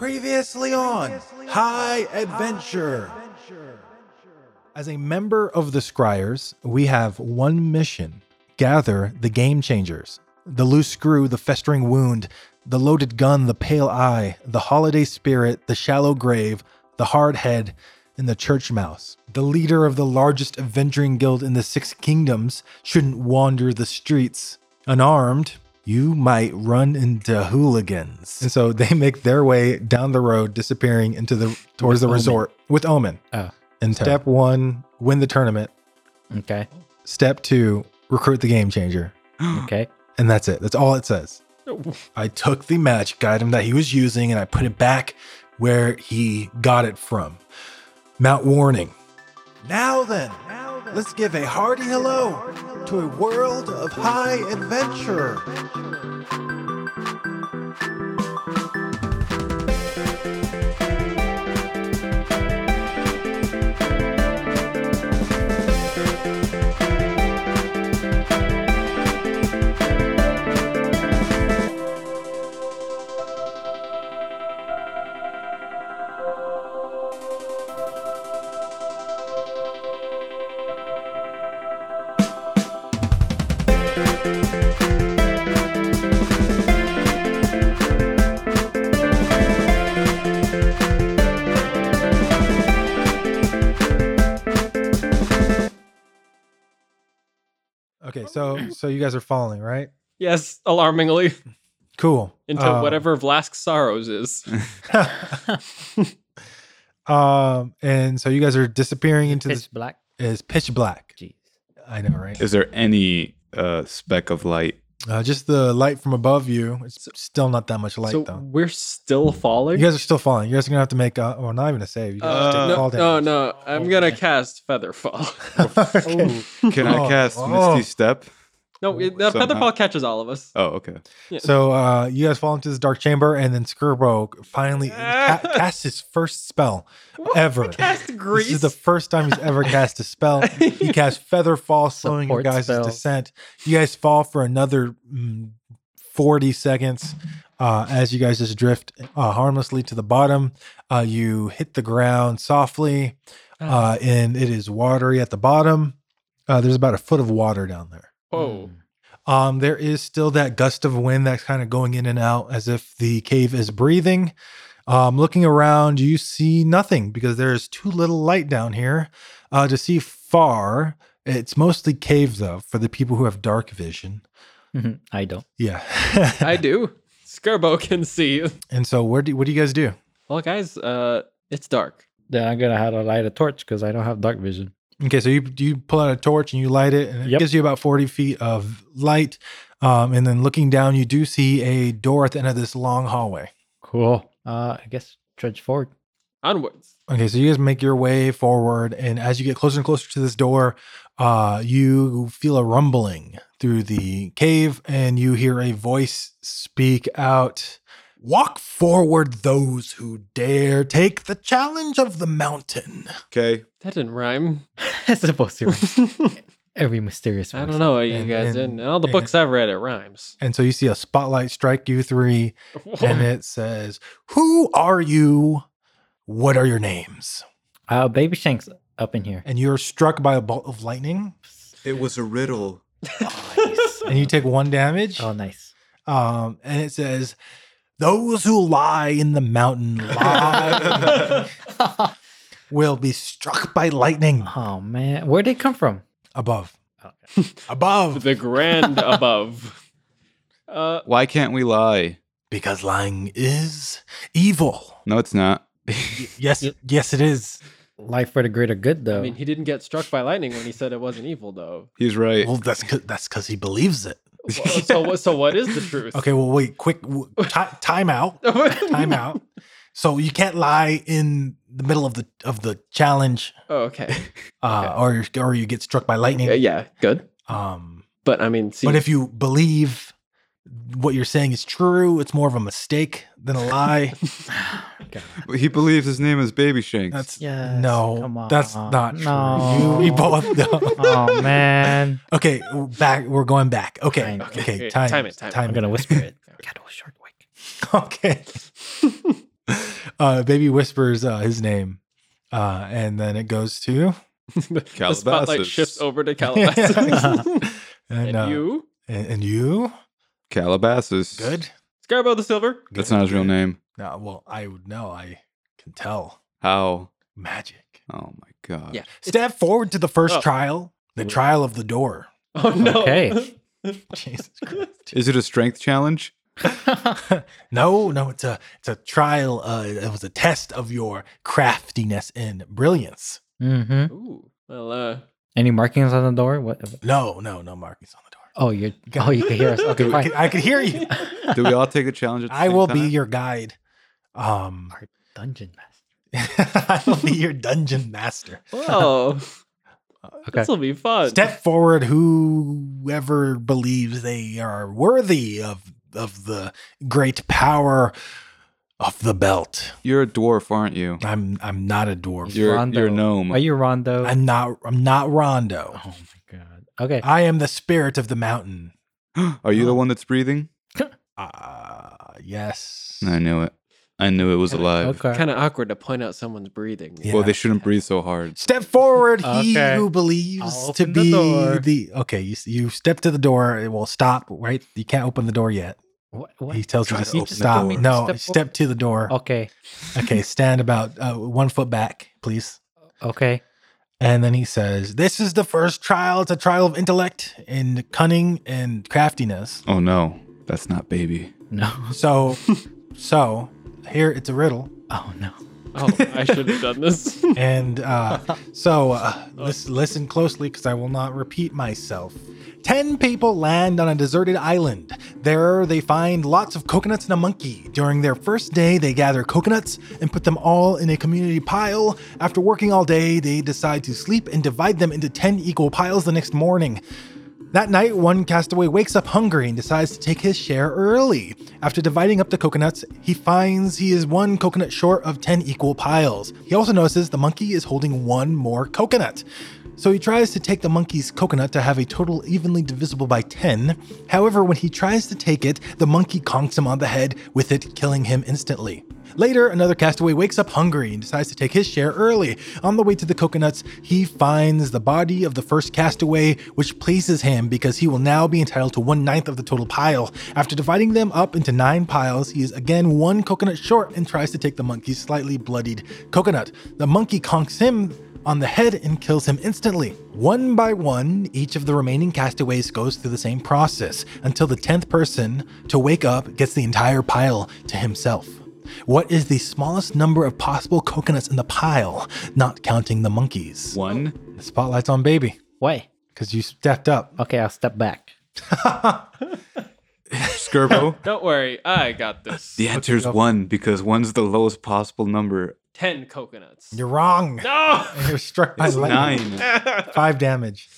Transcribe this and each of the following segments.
Previously on High Adventure. As a member of the Scryers, we have one mission gather the game changers. The loose screw, the festering wound, the loaded gun, the pale eye, the holiday spirit, the shallow grave, the hard head, and the church mouse. The leader of the largest adventuring guild in the Six Kingdoms shouldn't wander the streets. Unarmed, you might run into hooligans. And so they make their way down the road, disappearing into the towards the Omen. resort with Omen. Oh, and okay. step one, win the tournament. Okay. Step two, recruit the game changer. Okay. And that's it. That's all it says. I took the magic item that he was using and I put it back where he got it from. Mount Warning. Now then, let's give a hearty hello to a world of high adventure. Okay, so so you guys are following, right? Yes, alarmingly. Cool. Into Uh, whatever Vlask Sorrows is. um, and so you guys are disappearing into Pitch this black. is pitch black. Jeez. I know, right? Is there any uh, speck of light? Uh, just the light from above you. It's still not that much light so though. we're still You falling? guys are still falling. You guys are gonna have to make. Uh, well, not even a save. You guys Uh, just take no, fall no, Oh, damage. no. I'm going to cast Feather Fall. okay. Can I Oh, cast oh. Misty Step? No, it, the Somehow. Feather Fall catches all of us. Oh, okay. So uh, you guys fall into this dark chamber, and then Skurbo finally Ah. ca- casts his first spell ever. Cast This is Grease. the first time he's ever cast a spell. He casts Feather Fall, slowing your Support guys' spell. descent. You guys fall for another mm, 40 seconds uh, as you guys just drift uh, harmlessly to the bottom. Uh, you hit the ground softly, Ah. uh, and it is watery at the bottom. Uh, there's about a foot of water down there. Whoa. Um, there is still that gust of wind that's kind of going in and out as if the cave is breathing. Um, looking around, you see nothing because there is too little light down here uh, to see far. It's mostly cave though for the people who have dark vision. Mhm. I don't. Yeah. I do. Skurbo can see. and so, where do what do you guys do? Well, guys, uh, it's dark. Then I'm gonna have to light a torch because I don't have dark vision. Okay, so you you pull out a torch and you light it, and it Yep. gives you about forty feet of light. Um, and then looking down, you do see a door at the end of this long hallway. Cool. Uh, I guess trudge forward. Onwards. Okay, so you guys make your way forward, and as you get closer and closer to this door, uh, you feel a rumbling through the cave, and you hear a voice speak out. Walk forward, those who dare take the challenge of the mountain. Okay. That didn't rhyme. It's supposed to. rhyme. I Every mysterious. don't voice. know what you And- guys and- did. In all the and- books I've read, it rhymes. And so you see a spotlight strike you three, and it says, "Who are you? What are your names?" Uh, baby shanks up in here. And you're struck by a bolt of lightning, It was a riddle. Oh, and you take one damage. Oh, nice. um, and it says, "Those who lie in the mountain lie will be struck by lightning oh man, where'd they come from? above, Okay. above, the grand above. Uh, Why can't we lie? because lying is evil." No, it's not. Y- Yes, Yep. yes, it is. Life for the greater good, though. I mean, he didn't get struck by lightning when he said it wasn't evil, though. He's right. Well, that's 'cause- that's because he believes it. Wha- so, what- so what is the truth? Okay, well, wait, quick, w- ti- time out, time out. So you can't lie in the middle of the of the challenge, Oh, okay. uh, or or you get struck by Yeah, lightning. yeah, good. Um, But I mean, see, But if you believe what you're saying is true, it's more of a mistake than a lie. He believes his name is Baby Shanks. That's Yes, come no, on. that's not No. true. You, we both know. oh man. okay, back. We're going back. Okay, Time. okay, Okay, time, time it, time it. I'm gonna whisper it. Cattle short wake. Okay. Uh, baby whispers uh, his name, uh, and then it goes to the spotlight Calabasas. shifts over to Calabasas. and, and uh, you, and, and you Calabasas. good. Scarbo the Silver. That's Good, not his real good. name. No, well, I would know. I can tell How? magic. Oh my Uh, god. Yeah. Step forward to the first Oh. trial, the Yeah. trial of the door. Oh no. Okay. Jesus Christ! Is it a strength challenge? no, no, it's a it's a trial. Uh, it was a test of your craftiness and brilliance. hmm Ooh. Well, uh, Any markings on the door? What? No, no, no markings on the door. Oh, you're. Oh, you can hear us. Okay, I fine. can, I can hear you. Do we all take the challenge? At the I same will be time? your guide. Um, Dungeon master. I will be your dungeon master. Whoa. Okay. This will be Uh, fun. Step forward, whoever believes they are worthy of of the great power of the belt. You're a dwarf, aren't you? I'm I'm not a dwarf. You're Rondo. you're a gnome. Are you Rondo? I'm not I'm not Rondo. oh my god. Okay. I am the spirit of the mountain. Are Oh. you the one that's breathing? Uh, yes. I knew it. I knew it was alive. Okay. Kind of awkward to point out someone's breathing. Yeah. Well, they shouldn't breathe so hard. Step forward, he Okay. who believes I'll to open the be the, door. Okay, you, you step to the door. It will stop. Right, you can't open the door yet. What, what? He tells you Try to to stop. open the stop. No, door. Step step, forward. Oh. to the door. Okay. Okay, stand about uh, one foot back, please. Okay. And then he says, "This is the first trial. It's a trial of intellect and cunning and craftiness. Oh no, that's not baby. No. So, so here it's a riddle." Oh no. Oh, I should have done this. And uh, so, uh, listen, listen closely because I will not repeat myself. Ten people land on a deserted island. There, they find lots of coconuts and a monkey. During their first day, they gather coconuts and put them all in a community pile. After working all day, they decide to sleep and divide them into ten equal piles the next morning. That night, one castaway wakes up hungry and decides to take his share early. After dividing up the coconuts, he finds he is one coconut short of 10 equal piles. He also notices the monkey is holding one more coconut. So he tries to take the monkey's coconut to have a total evenly divisible by 10. However, when he tries to take it, the monkey conks him on the head with it, killing him instantly. Later, another castaway wakes up hungry and decides to take his share early. On the way to the coconuts, he finds the body of the first castaway, which pleases him because he will now be entitled to one ninth of the total pile. After dividing them up into nine piles, he is again one coconut short and tries to take the monkey's slightly bloodied coconut. The monkey conks him on the head and kills him instantly. One by one, each of the remaining castaways goes through the same process until the 10th person to wake up gets the entire pile to himself. What is the smallest number of possible coconuts in the pile, not counting the monkeys? One. The spotlight's on baby Why? because you stepped up. Okay, I'll step back. Skirbo. Don't worry, I got this. the answer is one because one's the lowest possible number. Ten coconuts. You're wrong. No. You're struck by It's lightning. nine. Five damage.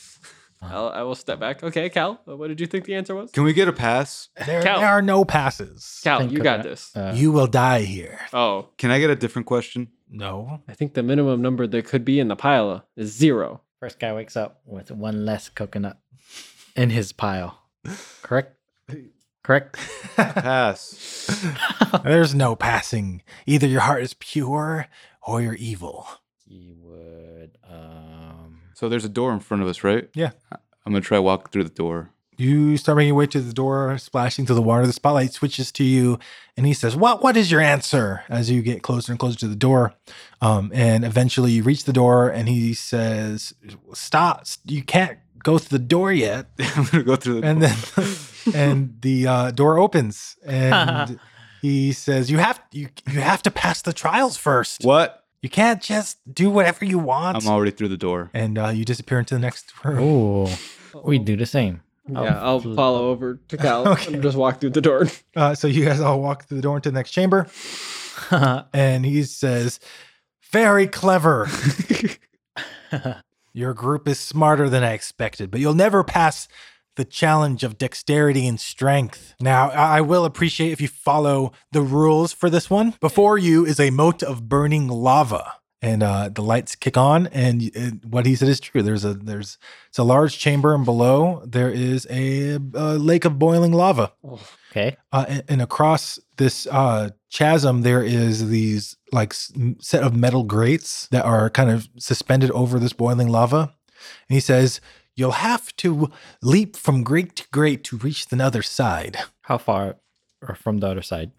I'll, I will step back. Okay, Cal. uh, What did you think the answer was? Can we get a pass? There, Count. there are no passes. Cal, Ten you got coconut. this. Uh, You will die here. Oh, Can I get a different question? No. I think the minimum number that could be in the pile is zero. First guy wakes up with one less coconut in his pile. Correct? Correct? Pass. There's no passing. Either your heart is pure or you're evil. He would um so there's a door in front of us, right? Yeah. I'm gonna try walk through the door. You start making your way to the door, splashing through the water. The spotlight switches to you, and he says, "What? What is your answer?" As you get closer and closer to the door, um, and eventually you reach the door, and he says, "Stop! You can't go through the door yet." I'm gonna go through the And door. then, and the uh, door opens, and he says, "You have you you have to pass the trials first. what? You can't just do whatever you want." I'm already through the door. and uh, you disappear into the next room. Oh we do the same. Yeah, I'll follow over to Cal Oh, Okay. and just walk through the door. Uh, so you guys all walk through the door into the next chamber. and he says, Very clever. Your group is smarter than I expected, but you'll never pass the challenge of dexterity and strength. Now, I I will appreciate if you follow the rules for this one. Before you is a moat of burning lava. And uh, the lights kick on, and uh, what he said is true. There's a there's it's a large chamber, and below there is a, a lake of boiling lava. Okay. uh, and, and across this uh, chasm there is these like s- m- set of metal grates that are kind of suspended over this boiling lava and he says you'll have to leap from grate to grate to reach the other side How far or from the other side?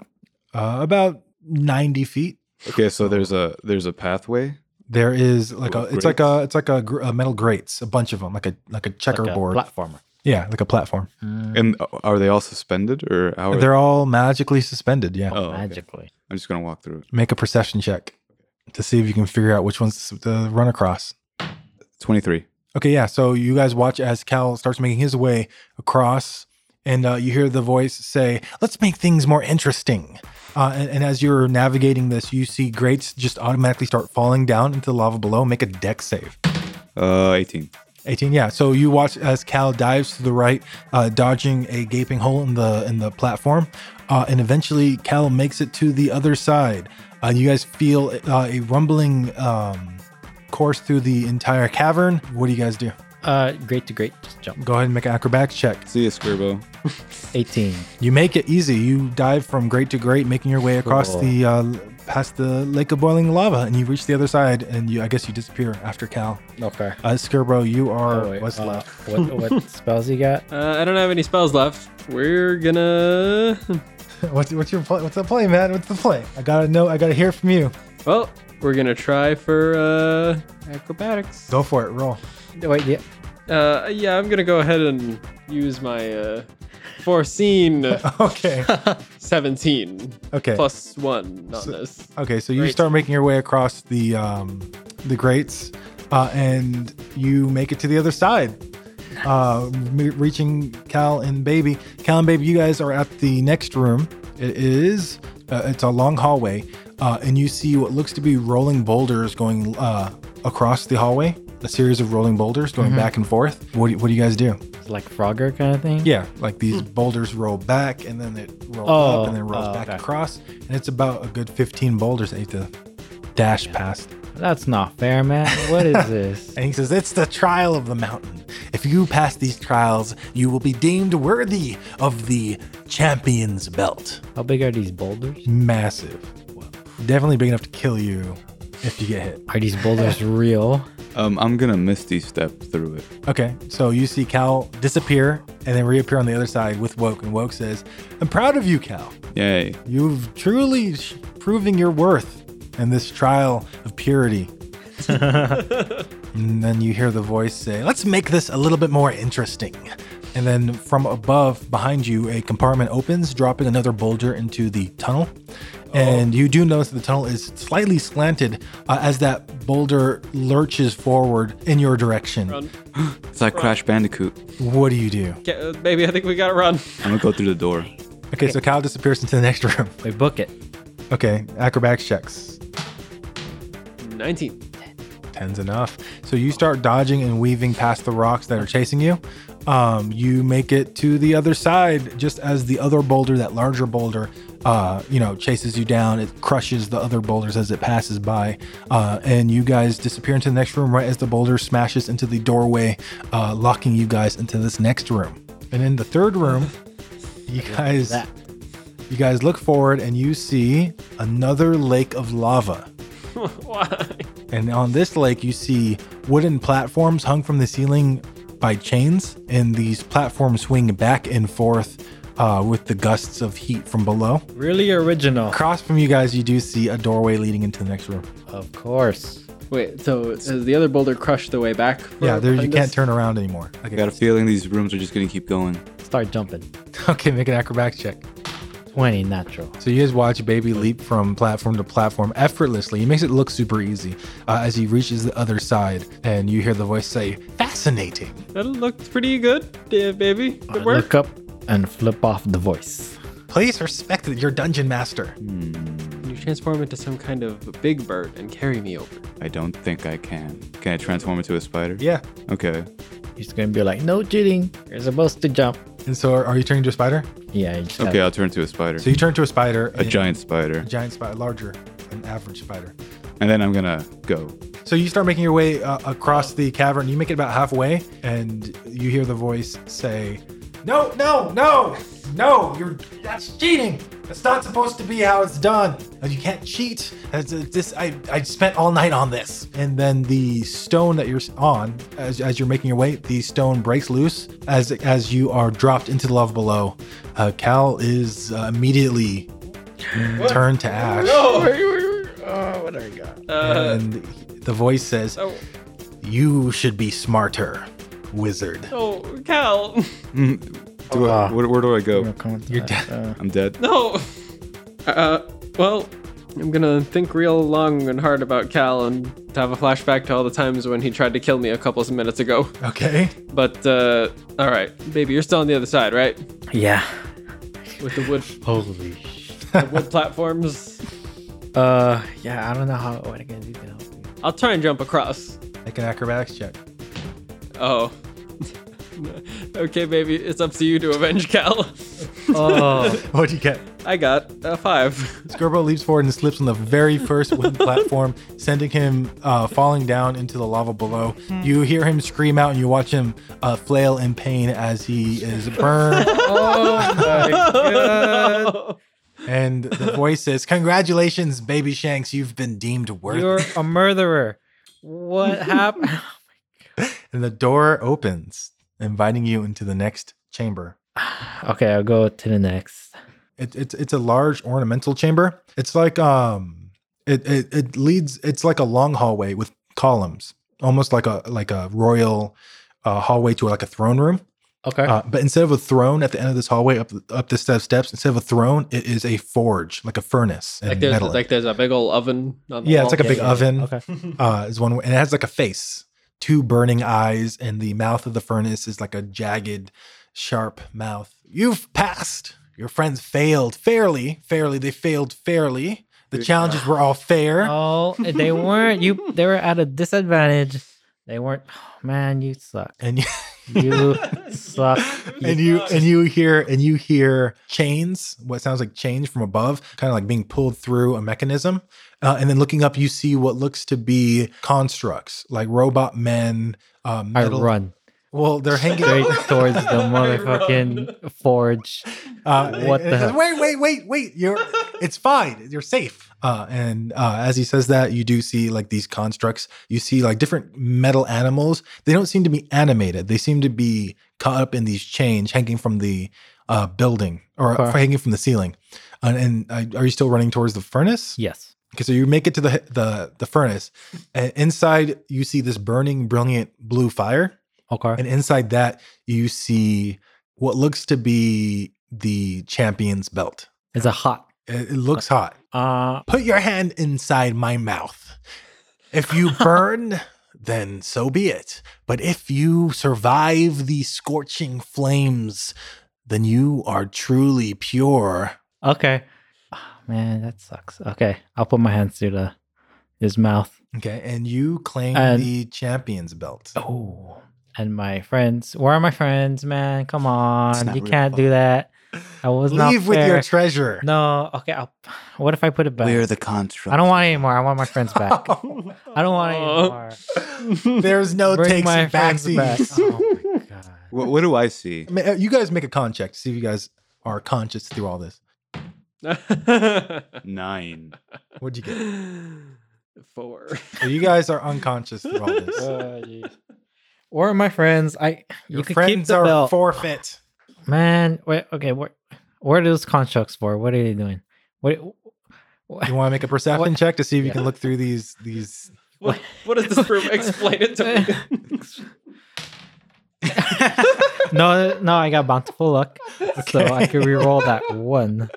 uh, about 90 feet Okay, so there's a there's a pathway. there is like a Little it's like a it's like a, gr- a metal grates a bunch of them like a like a Like a checkerboard platformer. yeah like a platform Mm, And uh, are they all suspended or how are they're all magically suspended yeah Oh, okay. magically. I'm just gonna walk through it. make a perception check to see if you can figure out which ones to run across Twenty three. Okay, yeah. So you guys watch as Cal starts making his way across, and uh, you hear the voice say, "Let's make things more interesting." Uh, and, and as you're navigating this, you see grates just automatically start falling down into the lava below. Make a deck save. Uh, eighteen. 18 yeah so you watch as cal dives to the right uh, dodging a gaping hole in the in the platform uh, and eventually cal makes it to the other side uh, you guys feel uh, a rumbling um, course through the entire cavern what do you guys do Uh, great to great. Just jump. go ahead and make an acrobatics check See ya, Squirbo. 18. you make it easy you dive from great to great making your way across Cool. the uh, past the lake of boiling lava and you reach the other side and you i guess you disappear after cal Okay. uh, Skirbro, you are Oh, wait, what's uh, left What, what spells you got? Uh, I don't have any spells left. We're gonna. What's what's your play? What's the play, man? What's the play? I gotta know. I gotta hear from you. Well, we're gonna try for uh, acrobatics. Go for it. Roll. Wait, yeah. Uh, yeah, I'm gonna go ahead and use my uh, foreseen Okay. 17 Okay. plus one on this. Okay. So you Great. start making your way across the um, the grates, uh, and you make it to the other side, uh, me- reaching Cal and Baby. Cal and Baby, you guys are at the next room. It is. Uh, it's a long hallway, uh, and you see what looks to be rolling boulders going uh, across the hallway. A series of rolling boulders going back and forth. What do, what do you guys do? It's like Frogger kind of thing? Yeah, like these boulders roll back and then it rolls Oh, up and then rolls oh, back okay. across. And it's about a good 15 boulders that you have to dash past. That's not fair, man. What is this? And he says, It's the trial of the mountain. If you pass these trials, you will be deemed worthy of the champion's belt. How big are these boulders? Massive. Definitely big enough to kill you if you get hit. Are these boulders real? Um, I'm gonna misty step through it. Okay, so you see Cal disappear and then reappear on the other side with Woke. And Woke says, I'm proud of you, Cal. Yay! You've truly sh- proving your worth in this trial of purity. and then you hear the voice say, Let's make this a little bit more interesting. And then from above, behind you, a compartment opens, dropping another boulder into the tunnel. And you do notice that the tunnel is slightly slanted uh, as that boulder lurches forward in your direction. Run. It's like Crash Bandicoot. What do you do? Ca- uh, Baby, I think we gotta run. I'm gonna go through the door. Okay, so Kyle disappears into the next room. We book it. Okay, acrobatics checks. 19. 10's enough. So you start dodging and weaving past the rocks that are chasing you. Um, you make it to the other side just as the other boulder, that larger boulder, uh, you know, chases you down. It crushes the other boulders as it passes by. Uh, and you guys disappear into the next room right as the boulder smashes into the doorway, uh, locking you guys into this next room. And in the third room, you guys. That. You guys look forward and you see another lake of lava. Why? And on this lake, you see wooden platforms hung from the ceiling by chains, and these platforms swing back and forth uh, with the gusts of heat from below. Really original. Across from you guys, you do see a doorway leading into the next room. Of course. Wait, so has the other boulder crushed the way back? for- yeah, there you behind can't us? turn around anymore. I Okay, got a feeling these rooms are just gonna keep going. Start jumping. okay, make an acrobatics check. 20 natural. So you guys watch Baby leap from platform to platform effortlessly. He makes it look super easy uh, as he reaches the other side, and you hear the voice say, "Fascinating." That looked pretty good, yeah, baby. Uh, I Good work. look up and flip off the voice. Please respect your dungeon master. Can you transform into some kind of big bird and carry me over? I don't think I can. Can I transform into a spider? Yeah. Okay. He's gonna be like, no cheating. You're supposed to jump. And so, are, are you turning to a spider? Yeah. You just Okay, gotta- I'll turn into a spider. So you turn to a spider. a giant spider. A giant spider, larger than average spider. And then I'm gonna go. So you start making your way uh, across the cavern. You make it about halfway, and you hear the voice say, No, no, no, no! You're that's cheating. That's not supposed to be how it's done. Uh, You can't cheat. That's, uh, This I I spent all night on this. And then the stone that you're s- on, as, as you're making your way, the stone breaks loose as as you are dropped into the lava below. Uh, Cal is uh, immediately turned to ash, Oh, what do we got? Uh, Oh. and the voice says, oh, "You should be smarter, wizard." oh, Cal. Do I, where, where do I We'll go? come to Ah. You're that, uh, I'm dead. No. Uh, well, I'm gonna think real long and hard about Cal and have a flashback to all the times when he tried to kill me a couple of minutes ago. Okay. But uh, all right, baby, you're still on the other side, right? yeah. With the wood, Holy shit. the wood platforms. Uh, yeah, I don't know how what I can do to help you. I'll try and jump across. Make an acrobatics check. Oh. okay, baby, it's up to you to avenge Cal. Oh, What do you get? I got a five. Scorbo leaps forward and slips on the very first wooden platform, sending him uh, falling down into the lava below. You hear him scream out and you watch him uh, flail in pain as he is burned. and the voice says, Congratulations, Baby Shanks. You've been deemed worthy. you're a murderer. What happened? and the door opens, inviting you into the next chamber. okay, I'll go to the next. It, it's it's a large ornamental chamber. It's like um it, it it leads it's like a long hallway with columns, almost like a like a royal uh, hallway to like a throne room. Okay. Uh, but instead of a throne at the end of this hallway up up this set of steps, instead of a throne, it is a forge, like a furnace. and like there's metal. like there's a big old oven. On the yeah, wall. it's like a Yeah, big yeah, yeah. oven. Okay. Uh, is one way, and it has like a face, two burning eyes, and the mouth of the furnace is like a jagged, sharp mouth. You've passed. Your friends failed fairly. Fairly, they failed fairly. The challenges were all fair. Oh, they weren't. You. They were at a disadvantage. They weren't. Oh, man, you suck. And you, You suck. and you and you hear and you hear chains what sounds like chains from above kind of like being pulled through a mechanism uh, and then looking up you see what looks to be constructs like robot men uh, I metal, run well they're straight hanging towards the motherfucking forge. uh, What and- the and hell? wait wait wait wait you're it's fine you're safe uh, and uh, as he says that you do see like these constructs you see like different metal animals they don't seem to be animated they seem to be caught up in these chains hanging from the uh, building or Okay. hanging from the ceiling and, and uh, are you still running towards the furnace Yes. Okay, so you make it to the the the furnace, and inside you see this burning, brilliant blue fire, Okay. and inside that you see what looks to be the champion's belt. It's a hot. It, it looks hot. Uh, Put your hand inside my mouth. If you burn, then so be it. But if you survive the scorching flames, then you are truly pure. okay. Oh, man, that sucks. Okay, I'll put my hands through the his mouth. Okay, and you claim And- the champion's belt. Oh. And my friends, where are my friends, man? Come on, not you really can't fun. do that. I was not Leave with your fair. treasure. No, okay. I'll, what if I put it back? the construct. I don't want any more. I want my friends Oh, back. I don't want any Aw. more. There's no Bring takes my and friends back. backsies. Oh my god. What, what do I see? Ma- uh, You guys make a con check to see if you guys are conscious through all this. Nine. What'd you get? Four. So you guys are unconscious through all this. Where are my friends? I you Your could keep friends the are belt. forfeit. Man, wait, okay, what what are those constructs for? What are they doing? What, what You want to make a perception What? check to see if you Yeah. can look through these these. What, what does this prove? Explain it to me. no, no, I got bountiful luck, so I could re-roll that one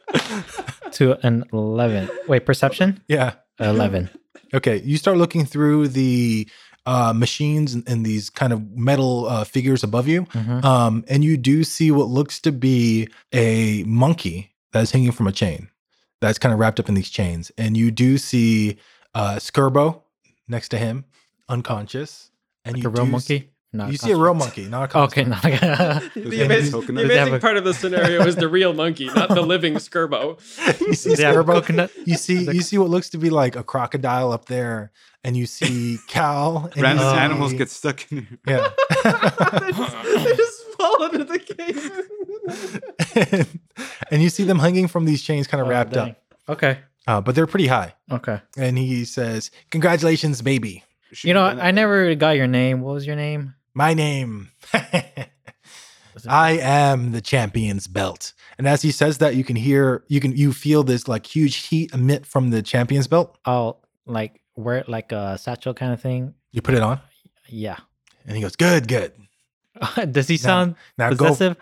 to an eleven. Wait, perception Yeah. eleven. Okay. You start looking through the uh, machines and, and these kind of metal uh, figures above you, Mhm. um, and you do see what looks to be a monkey that is hanging from a chain that's kind of wrapped up in these chains and you do see uh skurbo next to him unconscious and Like you a real do monkey? No, see, you see a real monkey not a Okay, construct. not a- The, Does it have amaz- the coconut? Does it have amazing a- part of the scenario is the real monkey, not the living Skirbo. you see Does it have a Skurbo, coconut? you see Like- you see what looks to be like a crocodile up there and you see cal and Random you see- animals get stuck in here. yeah they just fall under the cave. and, you see them hanging from these chains, kind of Oh, wrapped dang. up, Okay. uh, but they're pretty high. Okay. And he says, "Congratulations, baby. She You know, done I it. never got your name. What was your name? My name." Was it- I am the champion's belt. And as he says that, you can hear, you can, you feel this like huge heat emit from the champion's belt. I'll Oh, like wear it like a satchel kind of thing. You put it on, Yeah. and he goes, "Good, good." Does he Now- sound Now possessive?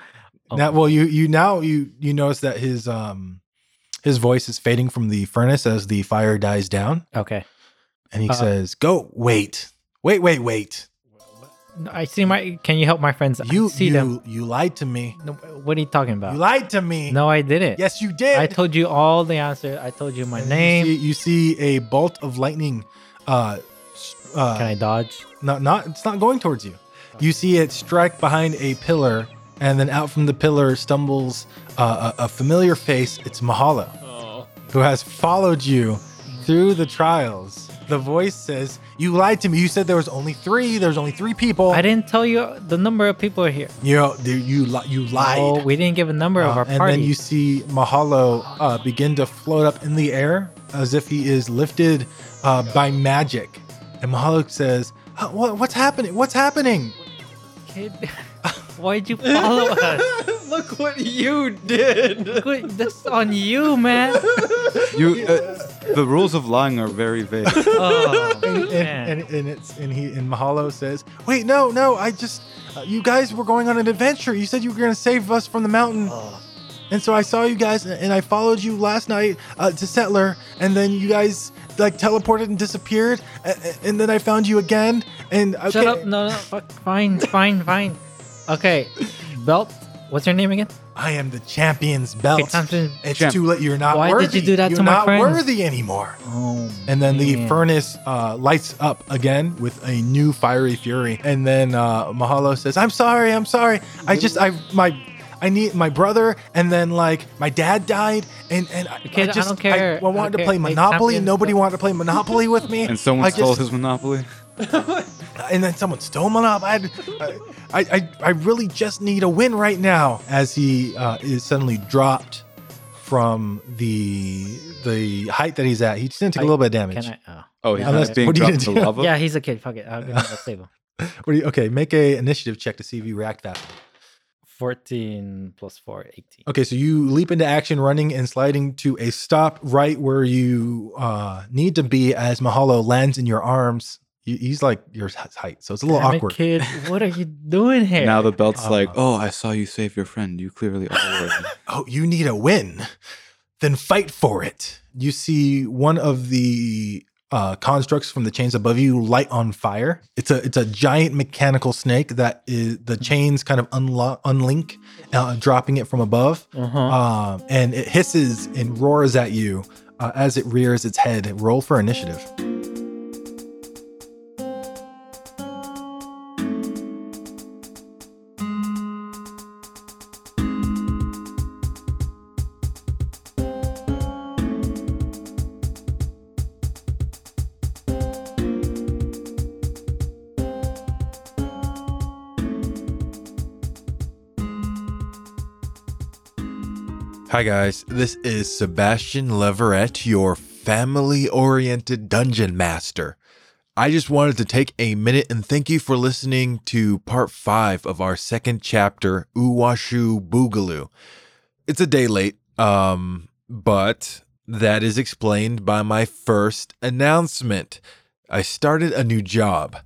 go. Oh. Now, well, you you now you you notice that his um his voice is fading from the furnace as the fire dies down, okay. and he Uh, says, "Go, wait, wait, wait, wait. No, I see my. Can you help my friends? You I see you them. you lied to me. No, what are you talking about? You lied to me. No, I didn't. yes, you did. I told you all the answer. I told you my And name. You see, you see a bolt of lightning. Uh, s- uh, Can I dodge? not not it's not going towards you. You see it strike behind a pillar, and then out from the pillar stumbles uh, a, a familiar face. It's Mahala, Oh. who has followed you through the trials. The voice says, "You lied to me. You said there was only three. There's only three people. I didn't tell you the number of people are here. You know, there- you li- you lied." Oh, we didn't give a number of Uh, our and party. then you see Mahalo uh, begin to float up in the air as if he is lifted uh, by magic. And Mahalo says, "Huh, what, "What's happening? What's happening?" Kid, why'd you follow us? Look what you did. Good, that's on you, man. You, uh, the rules of lying are very vague. Oh, man. and, and, and it's and he and Mahalo says, "Wait, no, no, I just uh, you guys were going on an adventure. You said you were going to save us from the mountain." And so I saw you guys, and I followed you last night uh, to Settler, and then you guys like teleported and disappeared, and, and then I found you again. And okay, Shut up. No, no. Fuck. Fine, fine, fine. Okay. Belt. What's your name again? I am the champion's Okay, belt. Thompson. It's Champ. too late. You're not Why did worthy. you do that to You're my not friends? worthy anymore. Oh, And then the man. furnace uh, lights up again with a new fiery fury. And then uh, Mahalo says, "I'm sorry, I'm sorry. I just I my I need my brother, and then like my dad died, and and I, Kid, I I just don't care. I, wanted I to don't play care. Hey, Monopoly. champions, Nobody but- wanted to play Monopoly with me. And someone I stole just- his monopoly. and then someone stole one up. I'd, I, I, I really just need a win right now. As he uh, is suddenly dropped from the the height that he's at, he just didn't take a little bit of damage. Can I? Oh. Oh, he's Unless- just being what do you dropped in do? the lava. Yeah, he's a kid. Fuck it. I'm gonna let's save him. What do you, okay, make a initiative check to see if you react that. way. 14 plus 4, 18. Okay, so you leap into action, running and sliding to a stop right where you uh, need to be as Mahalo lands in your arms. He- He's like your height, so it's a little Damn it, awkward. kid, what are you doing here? Now the belt's Uh, like, oh, I saw you save your friend. You clearly are worthy. oh, you need a win, then fight for it. You see one of the uh, constructs from the chains above you light on fire. It's a it's a giant mechanical snake that is the chains kind of unlo- unlink, uh, dropping it from above, uh-huh. um, and it hisses and roars at you uh, as it rears its head. Roll for initiative. Hi, guys. This is Sebastian Leverett, your family oriented dungeon master. I just wanted to take a minute and thank you for listening to part five of our second chapter, Uwashu Boogaloo. It's a day late, um, but that is explained by my first announcement. I started a new job.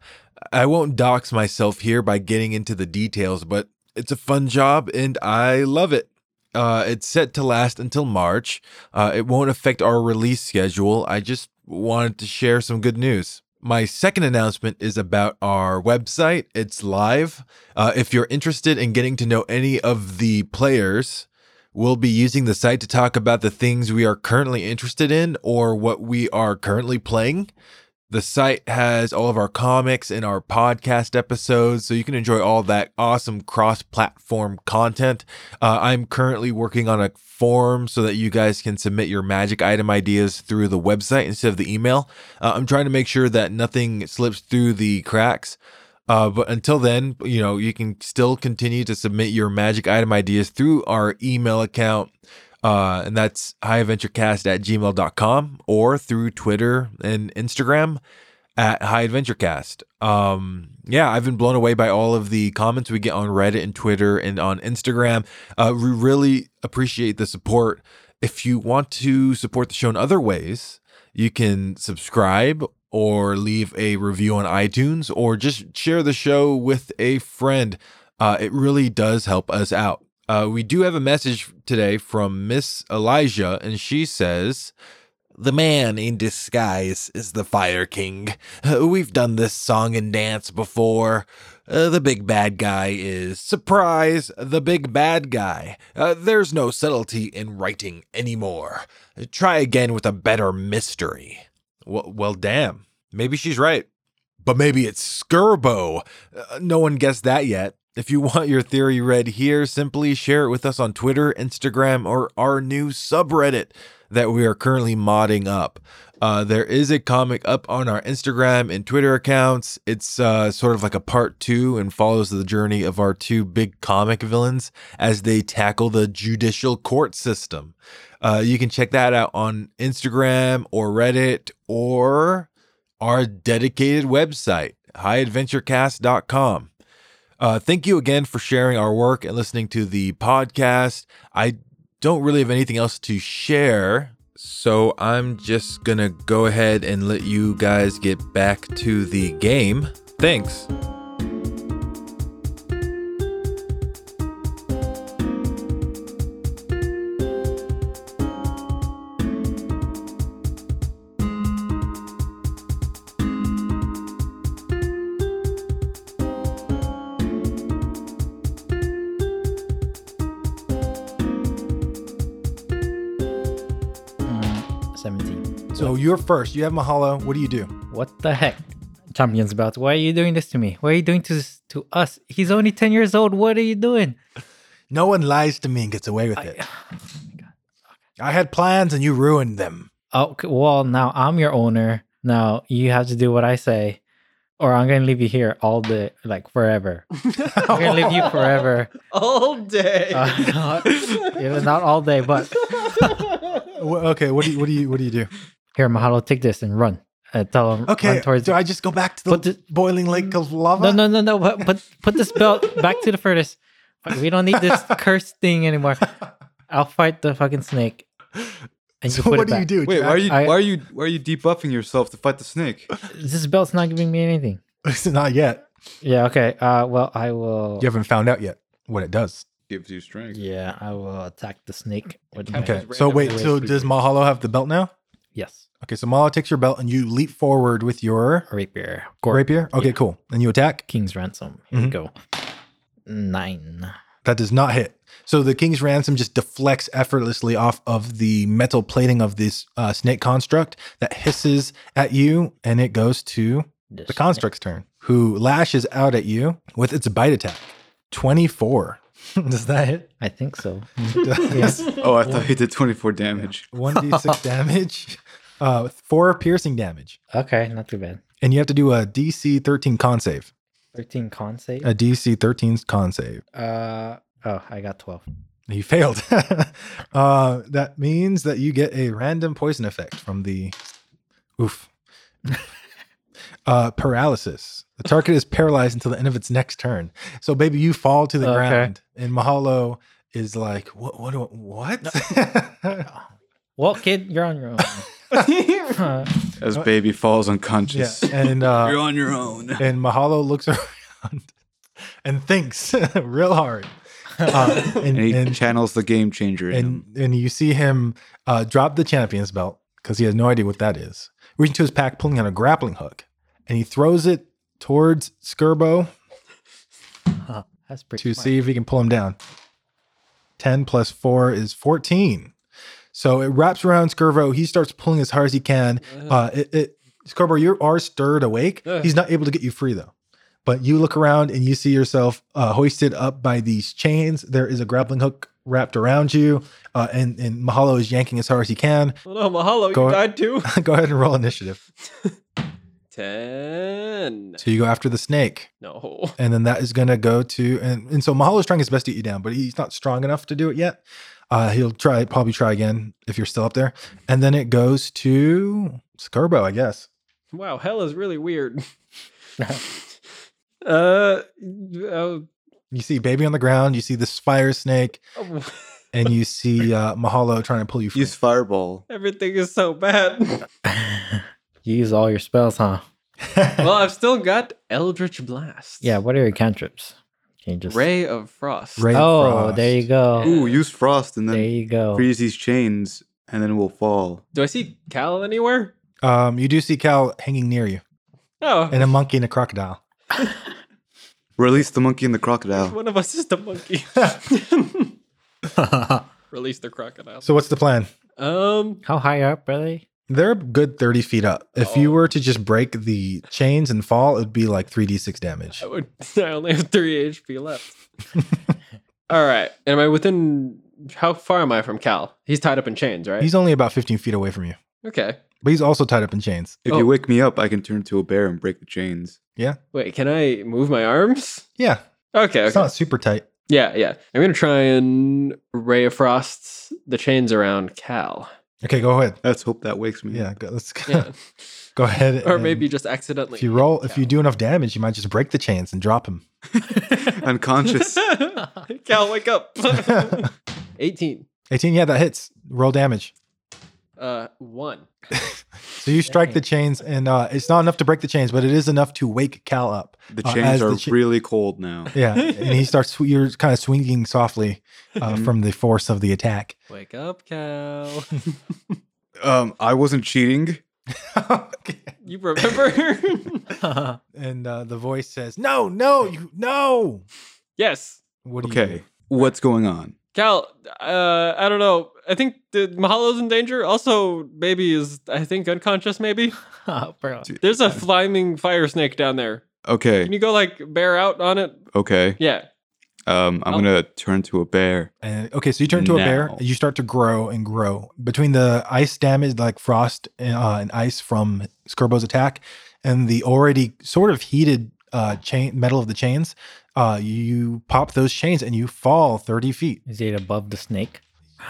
I won't dox myself here by getting into the details, but it's a fun job and I love it. Uh, it's set to last until March. Uh, it won't affect our release schedule. I just wanted to share some good news. My second announcement is about our website. It's live. Uh, if you're interested in getting to know any of the players, we'll be using the site to talk about the things we are currently interested in or what we are currently playing. The site has all of our comics and our podcast episodes, so you can enjoy all that awesome cross platform content. Uh, I'm currently working on a form so that you guys can submit your magic item ideas through the website instead of the email. Uh, I'm trying to make sure that nothing slips through the cracks. Uh, but until then, you know, you can still continue to submit your magic item ideas through our email account. Uh, and that's highadventurecast at gmail.com or through Twitter and Instagram at High Adventure Cast. Um, yeah, I've been blown away by all of the comments we get on Reddit and Twitter and on Instagram. Uh, we really appreciate the support. If you want to support the show in other ways, you can subscribe or leave a review on iTunes or just share the show with a friend. Uh, it really does help us out. Uh, we do have a message today from Miss Elijah, and she says, the man in disguise is the Fire King. Uh, We've done this song and dance before. Uh, the big bad guy is, surprise, the big bad guy. Uh, there's no subtlety in writing anymore. Try again with a better mystery. Well, well damn. Maybe she's right. But maybe it's Skirbo. Uh, no one guessed that yet. If you want your theory read here, simply share it with us on Twitter, Instagram, or our new subreddit that we are currently modding up. Uh, there is a comic up on our Instagram and Twitter accounts. It's uh, sort of like a part two and follows the journey of our two big comic villains as they tackle the judicial court system. Uh, you can check that out on Instagram or Reddit or our dedicated website, highadventurecast.com. Uh, thank you again for sharing our work and listening to the podcast. I don't really have anything else to share. So I'm just going to go ahead and let you guys get back to the game. Thanks. Mm, 17. So you're first. You have Mahalo. What do you do? What the heck? Champions belt. Why are you doing this to me? Why are you doing to this- to us? He's only 10 years old. What are you doing? No one lies to me and gets away with I- it. I had plans and you ruined them. Okay, well, now I'm your owner. Now you have to do what I say, or I'm gonna leave you here all the like forever. I'm gonna leave you forever. All day. Uh, not, yeah, not all day, but Wh- Okay, what do you what do you what do you do? here, Mahalo, take this and run. Uh, tell him Okay, run towards. do I just go back to the But the- boiling lake of lava? no, no, no, no. Uh-huh. But, but put this belt back to the furnace. We don't need this cursed thing anymore. I'll fight the fucking snake. And So you put what it do you back. do? Wait, why are you I- why are you why are you debuffing yourself to fight the snake? This belt's not giving me anything. Not yet. Yeah. Okay. Uh. Well, I will. You haven't found out yet what it does. Gives you strength. Yeah, I will attack the snake. With my- Okay. So wait, so does Mahalo have the belt now? Yes. Okay, so Mahalo takes your belt and you leap forward with your Rapier. Gore. rapier. Okay, cool. And you attack. King's ransom. Here Mhm. we go. Nine. That does not hit. So the king's ransom just deflects effortlessly off of the metal plating of this uh, snake construct that hisses at you, and it goes to This the construct's turn, who lashes out at you with its bite attack. Twenty-four. does that hit? snake. I think so. Does- Oh, I thought he did 24 damage. 1d6 damage, uh, four piercing damage. Okay, not too bad. And you have to do a DC 13 con save. Thirteen con save. A DC 13 con save. Uh oh, I got twelve. He failed. uh, that means that you get a random poison effect from the. Oof. uh, paralysis. The target is paralyzed until the end of its next turn. So, baby, you fall to the Okay. ground, and Mahalo is like, "What? What? do I- What?" Well, kid, you're on your own. Uh, As baby falls yeah, unconscious. and uh, You're on your own. and Mahalo looks around and thinks real hard. Uh, and, And he and, channels the game changer in him. and, and you see him uh, drop the champion's belt because he has no idea what that is, reach into his pack, pulling out a grappling hook, and he throws it towards Skirbo huh, that's pretty. to smart. see if he can pull him down. 10 plus 4 is 14. So it wraps around Skirbo. He starts pulling as hard as he can. Uh, it, it, Skirbo, you are stirred awake. Ugh. He's not able to get you free, though. But you look around and you see yourself uh, hoisted up by these chains. There is a grappling hook wrapped around you, uh, and, and Mahalo is yanking as hard as he can. oh no, Mahalo, Go- you died too. Go ahead and roll initiative. Ten. So you go after the snake, No. and then that is going to go to and and so Mahalo's trying his best to eat you down, but he's not strong enough to do it yet. Uh, he'll try probably try again if you're still up there, and then it goes to Scarbo, I guess. Wow, hell is really weird. uh, oh, You see baby on the ground, you see this fire snake, oh, and you see uh, Mahalo trying to pull you. Free. Use fireball. everything is so bad. you use all your spells, huh? well, I've still got Eldritch Blast. Yeah. What are your cantrips? Can you just Ray of Frost. Ray of Oh, Frost. there you go. Ooh, use frost and there then you go. freeze these chains, and then we'll fall. Do I see Cal anywhere? Um, you do see Cal hanging near you, Oh, and a monkey and a crocodile. Release the monkey and the crocodile. one of us is the monkey. Release the crocodile. So what's the plan? Um, How high up are they? They're a good 30 feet up. If you Oh. were to just break the chains and fall, it'd be like 3d6 damage. I would. I only have three HP left. All right. Am I within? How far am I from Cal? He's tied up in chains, right? He's only about 15 feet away from you, okay. but he's also tied up in chains. If Oh. you wake me up, I can turn into a bear and break the chains. Wait, can I move my arms? Yeah, Okay. it's okay. not super tight. Yeah, yeah. I'm gonna try and ray of frost the chains around Cal. Okay, go ahead. Let's hope that wakes me. Yeah, go, let's go, Yeah. go ahead. or and maybe just accidentally. if you roll, if you do enough damage, you might just break the chains and drop him. Unconscious. Cal, wake up. 18. 18, yeah, that hits. Roll damage. Uh, one. So you strike Dang. the chains, and uh, it's not enough to break the chains, but it is enough to wake Cal up. The Uh, chains as are the cha- really cold now. Yeah, and he starts. sw- You're kind of swinging softly uh, Mm-hmm. from the force of the attack. Wake up, Cal. Um, I wasn't cheating. you remember? And uh, the voice says, "No, no, you no." yes. What do you Okay, what's going on? Cal, uh, I don't know. I think the Mahalo's in danger. Also, baby is, I think, unconscious, maybe. oh, bro. There's a flaming fire snake down there. Can Okay, you go, like, bear out on it? okay. Yeah. Um, I'm Oh. gonna turn to a bear. And okay, so you turn to a bear. Now. You start to grow and grow between the ice damage, like frost and, uh, and ice from Skurbo's attack, and the already sort of heated uh, chain metal of the chains. Uh, you pop those chains and you fall thirty feet. Is it above the snake?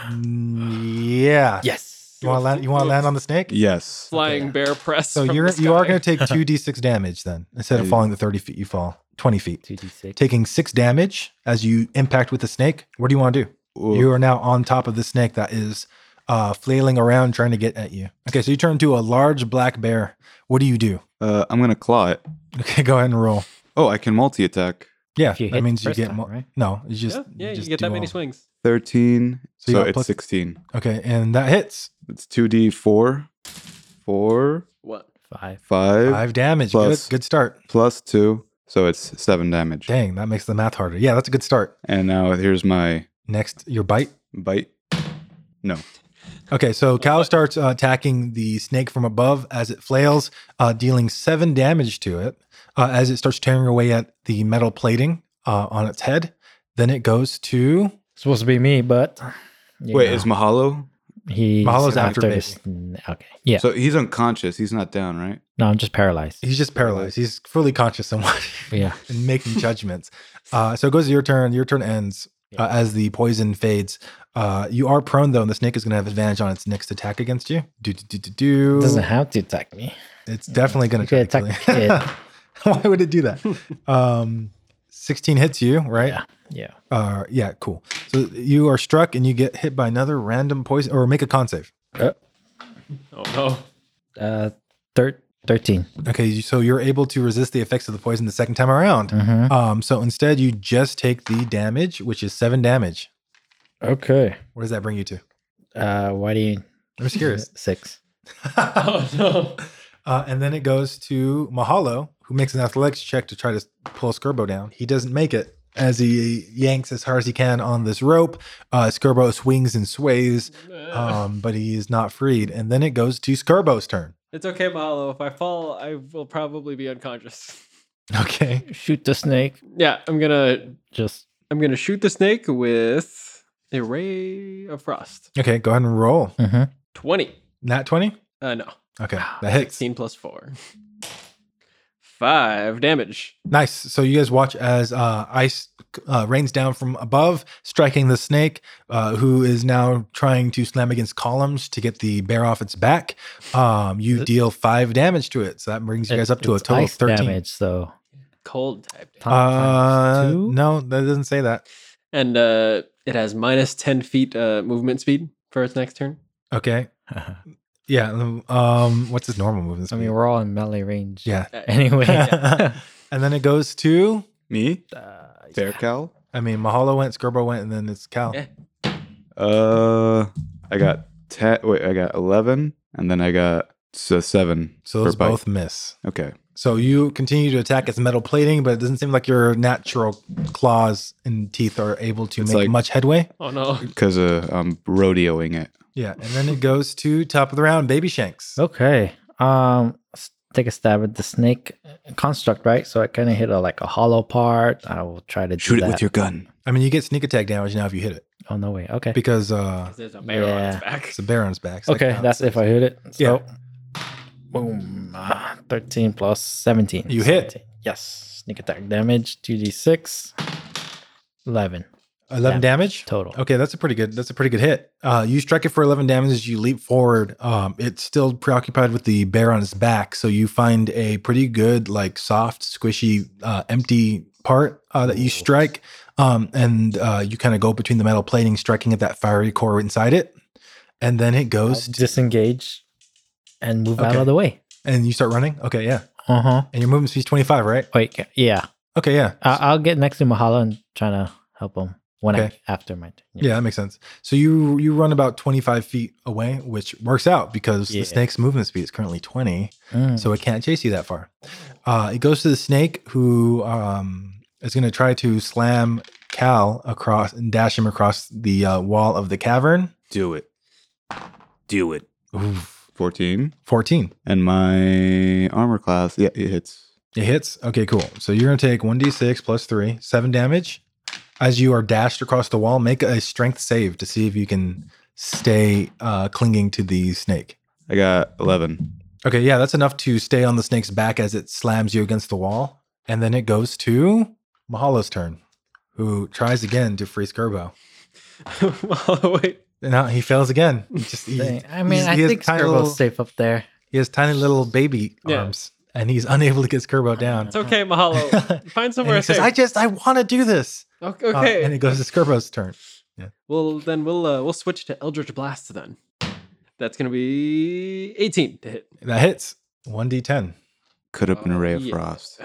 Mm, yeah. Yes. You want to land? You want to land on the snake? Yes. Flying bear press. So from you're the you are sky. going to take two d6 damage then instead of Dude. falling the thirty feet, you fall twenty feet. 2d6. taking six damage as you impact with the snake. What do you want to do? Ooh. You are now on top of the snake that is uh, flailing around trying to get at you. Okay, so you turn into a large black bear. What do you do? Uh, I'm gonna claw it. Okay, go ahead and roll. Oh, I can multi-attack. Yeah, If you that hit means you the first get time, more. right? No, you just yeah, yeah, you just get that do many all- swings. Thirteen. So you So got it's plus- sixteen. Okay, and that hits It's two D four, four, What? Five. five, five damage. Good, Plus. good start. plus two. So it's seven damage. Dang, that makes the math harder. Yeah, that's a good start. And now here's my Next, your bite. bite. No. Okay, so Cal starts uh, attacking the snake from above as it flails, uh, dealing seven damage to it uh, as it starts tearing away at the metal plating uh, on its head. Then it goes to Supposed to be me, but. you Wait, know, is Mahalo? he's Mahalo's after the sn- Okay. Yeah. So he's unconscious. He's not down, right? no, I'm just paralyzed. he's just paralyzed. He's fully conscious somewhat Yeah. and making judgments. Uh, so it goes to your turn. Your turn ends uh, as the poison fades. Uh, you are prone though, and the snake is going to have advantage on its next attack against you. Do do do do do. It doesn't have to attack me. It's definitely going to try You to could kill attack you. Why would it do that? Um, 16 hits you, right? Yeah. Yeah. Uh, yeah, cool. So you are struck and you get hit by another random poison or make a con save. Oh no. Uh, thir- 13. Okay, you- so you're able to resist the effects of the poison the second time around. Mhm. Um, so instead, you just take the damage, which is seven damage. Okay. What does that bring you to? Uh, why do you. I'm just curious. Six. Oh no. Uh, and then it goes to Mahalo, who makes an athletics check to try to pull Skirbo down. He doesn't make it as he yanks as hard as he can on this rope. Uh, Skirbo swings and sways, um, but he is not freed. And then it goes to Skirbo's turn. It's okay, Mahalo. If I fall, I will probably be unconscious. Okay. Shoot the snake. Yeah, I'm gonna Just. I'm gonna shoot the snake with a ray of frost. Okay, go ahead and roll. Mm-hmm. Twenty. Nat 20? Uh no. Okay, that hits. Sixteen plus four. five damage. Nice. So you guys watch as uh, ice uh, rains down from above, striking the snake, uh, who is now trying to slam against columns to get the bear off its back. Um, you deal five damage to it, so that brings you guys up to a It's total of ice thirteen. damage, so Cold type. top Uh, times two? no, that doesn't say that. And uh, it has minus 10 feet uh, movement speed for its next turn. Okay. Yeah. Um, what's his normal movement I speed? mean, we're all in melee range. yeah. Anyway. and then it goes to. Me? Uh, Fair Cal? I mean, Mahalo went, Skirbo went, and then it's Cal. Yeah. Uh, I got ten. Wait, I got eleven, and then I got so seven. So those for bite. both miss. Okay. So you continue to attack its metal plating, but it doesn't seem like your natural claws and teeth are able to It's make like- much headway. Oh no. Because uh, I'm rodeoing it. Yeah, and then it goes to top of the round, Baby Shanks. Okay. Um, s- take a stab at the snake construct, right? So I kind of hit a like a hollow part. I will try to do Shoot it that. with your gun. I mean, you get sneak attack damage now if you hit it Oh no way. Okay. because uh, There's a bear on Yeah. its back. it's a bear on its uh, back. so okay, that that's counts. if I hit it. So, Yeah. Boom. Ah, Thirteen plus seventeen. You hit. 17. Yes. Sneak attack damage. Two d six. Eleven eleven damage. total. Okay, that's a pretty good. That's a pretty good hit. Uh, you strike it for eleven damage. As you leap forward, um, it's still preoccupied with the bear on its back. So you find a pretty good, like soft, squishy, uh, empty part uh, that you strike, um, and uh, you kind of go between the metal plating, striking at that fiery core inside it, and then it I'll goes, to, disengage and move out Okay. of the way. and you start running. Okay, yeah, Uh huh. and your movement speed's twenty five, right? Wait. ca- Yeah. Okay, yeah, I- I'll get next to Mahalo and try to help him when Okay. I after my turn. yeah, that makes sense. So you you run about twenty five feet away, which works out because Yeah. the snake's movement speed is currently twenty. Mm. so it can't chase you that far. Uh, it goes to the snake, who um, is going to try to slam Cal across and dash him across the uh, wall of the cavern. Do it. Do it. Oof, Fourteen. Fourteen. And my armor class. Yeah, it hits. It hits. Okay, cool. So you're going to take one d6 plus three, seven damage. As you are dashed across the wall, make a strength save to see if you can stay uh, clinging to the snake. I got eleven. Okay, yeah, that's enough to stay on the snake's back as it slams you against the wall. And then it goes to Mahalo's turn, who tries again to freeze Gerbo. well, wait. And now he fails again. He just he, Dang. I mean, he's- I he has think tiny Skirbo's little- safe up there. he has tiny little baby Yeah. arms, and he's unable to get Skirbo down. It's okay, Mahalo. Find And he somewhere says, safe. "I just I want to do this." Ok- Uh, okay. and it goes to Skirbo's turn. well, then we'll uh, we'll switch to Eldritch Blast then. That's gonna be 18 to hit. That hits one d10. Could have been a ray of Yeah. frost.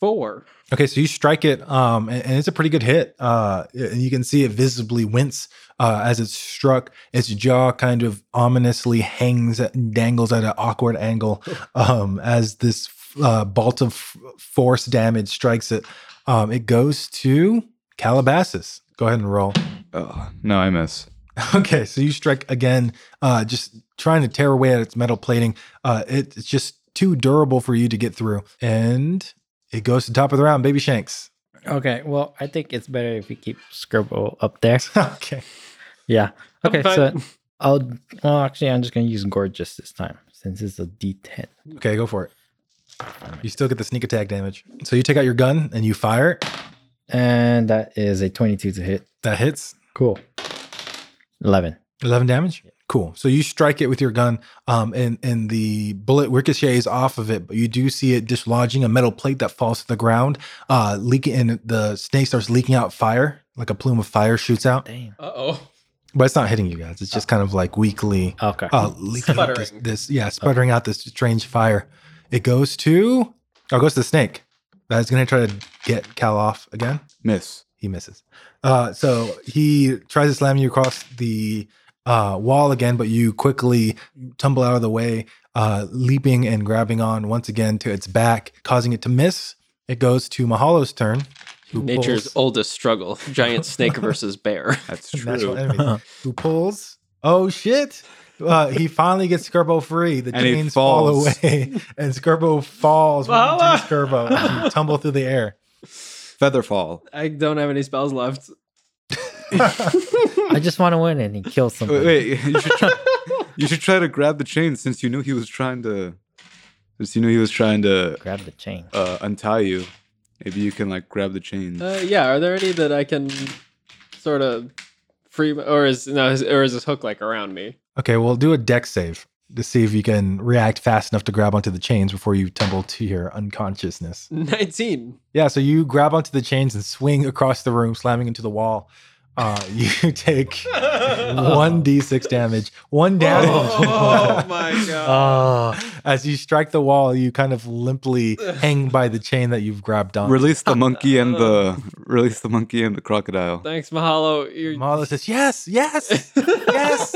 Four. Okay, so you strike it, um, and, and it's a pretty good hit. Uh, and you can see it visibly wince uh, as it's struck. Its jaw kind of ominously hangs, dangles at an awkward angle um, as this uh, bolt of f- force damage strikes it. Um, it goes to Calabasas. Go ahead and roll. Oh no, I miss. Okay, so you strike again, uh, just trying to tear away at its metal plating. Uh, it, it's just too durable for you to get through, and it goes to top of the round, baby Shanks. Okay, well, I think it's better if we keep Skirbo up there. okay. Yeah. Okay, But- so I'll. Well, actually, I'm just gonna use Gorgeous this time since it's a D10. Okay, go for it. You still get the sneak attack damage. So you take out your gun and you fire. And that is a 22 to hit. That hits Cool. 11. 11 damage. Cool. So you strike it with your gun, um, and and the bullet ricochets off of it, but you do see it dislodging a metal plate that falls to the ground, uh, leaking, and the snake starts leaking out fire, like a plume of fire shoots out. Damn. Uh oh. But it's not hitting you guys. It's just kind of like weakly, Okay. uh, leaking out this, Sputtering. this, yeah, sputtering out this strange fire. It goes to, oh, it goes to the snake. That's gonna try to get Cal off again. Miss. he misses. Uh, so he tries to slam you across the uh, wall again, but you quickly tumble out of the way, uh, leaping and grabbing on once again to its back, causing it to miss. It goes to Mahalo's turn. who Nature's pulls- oldest struggle: giant snake versus bear. That's natural true. enemy. who pulls? Oh shit! Uh, he finally gets Skirbo free. The And he chains fall falls. away, and Skirbo falls. when you Mahalo! do Skirbo, and you tumble through the air. Featherfall. I don't have any spells left. I just want to win and he kills something. Wait, wait you should try. you should try to grab the chain since you knew he was trying to Just you know, he was trying to Grab the chain. uh, untie you. Maybe you can like grab the chain. Uh, yeah, are there any that I can sort of free, or is no, is- or is this hook like around me? Okay, well, do a deck save to see if you can react fast enough to grab onto the chains before you tumble to your unconsciousness. Nineteen. Yeah, so you grab onto the chains and swing across the room, slamming into the wall. Uh, you take one d6 damage, one damage. Uh, Oh my god! Oh, As you strike the wall, you kind of limply hang by the chain that you've grabbed on. Release the monkey and the release the monkey and the crocodile. Thanks, Mahalo. You're... Marla says, "Yes, yes, yes,"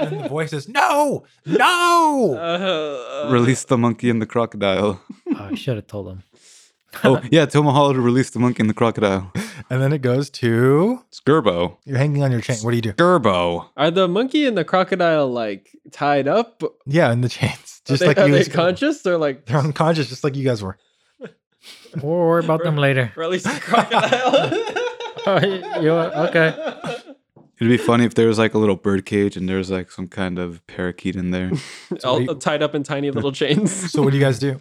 and the voice says, "No, no." Uh, Release the monkey and the crocodile. Oh, I should have told him. Oh yeah, tell Mahalo to release the monkey and the crocodile. And then it goes to Skirbo. you're hanging on your chain. What do you do? Skirbo. Are the monkey and the crocodile like tied up? Yeah, in the chains, Just just are they, like are you. they and Skirbo. conscious? They're like They're unconscious, just like you guys were. We'll worry about them later. release the crocodile. Oh, you- okay. It'd be funny if there was like a little bird cage and there was like some kind of parakeet in there. All Sweet. tied up in tiny little chains. So what do you guys do?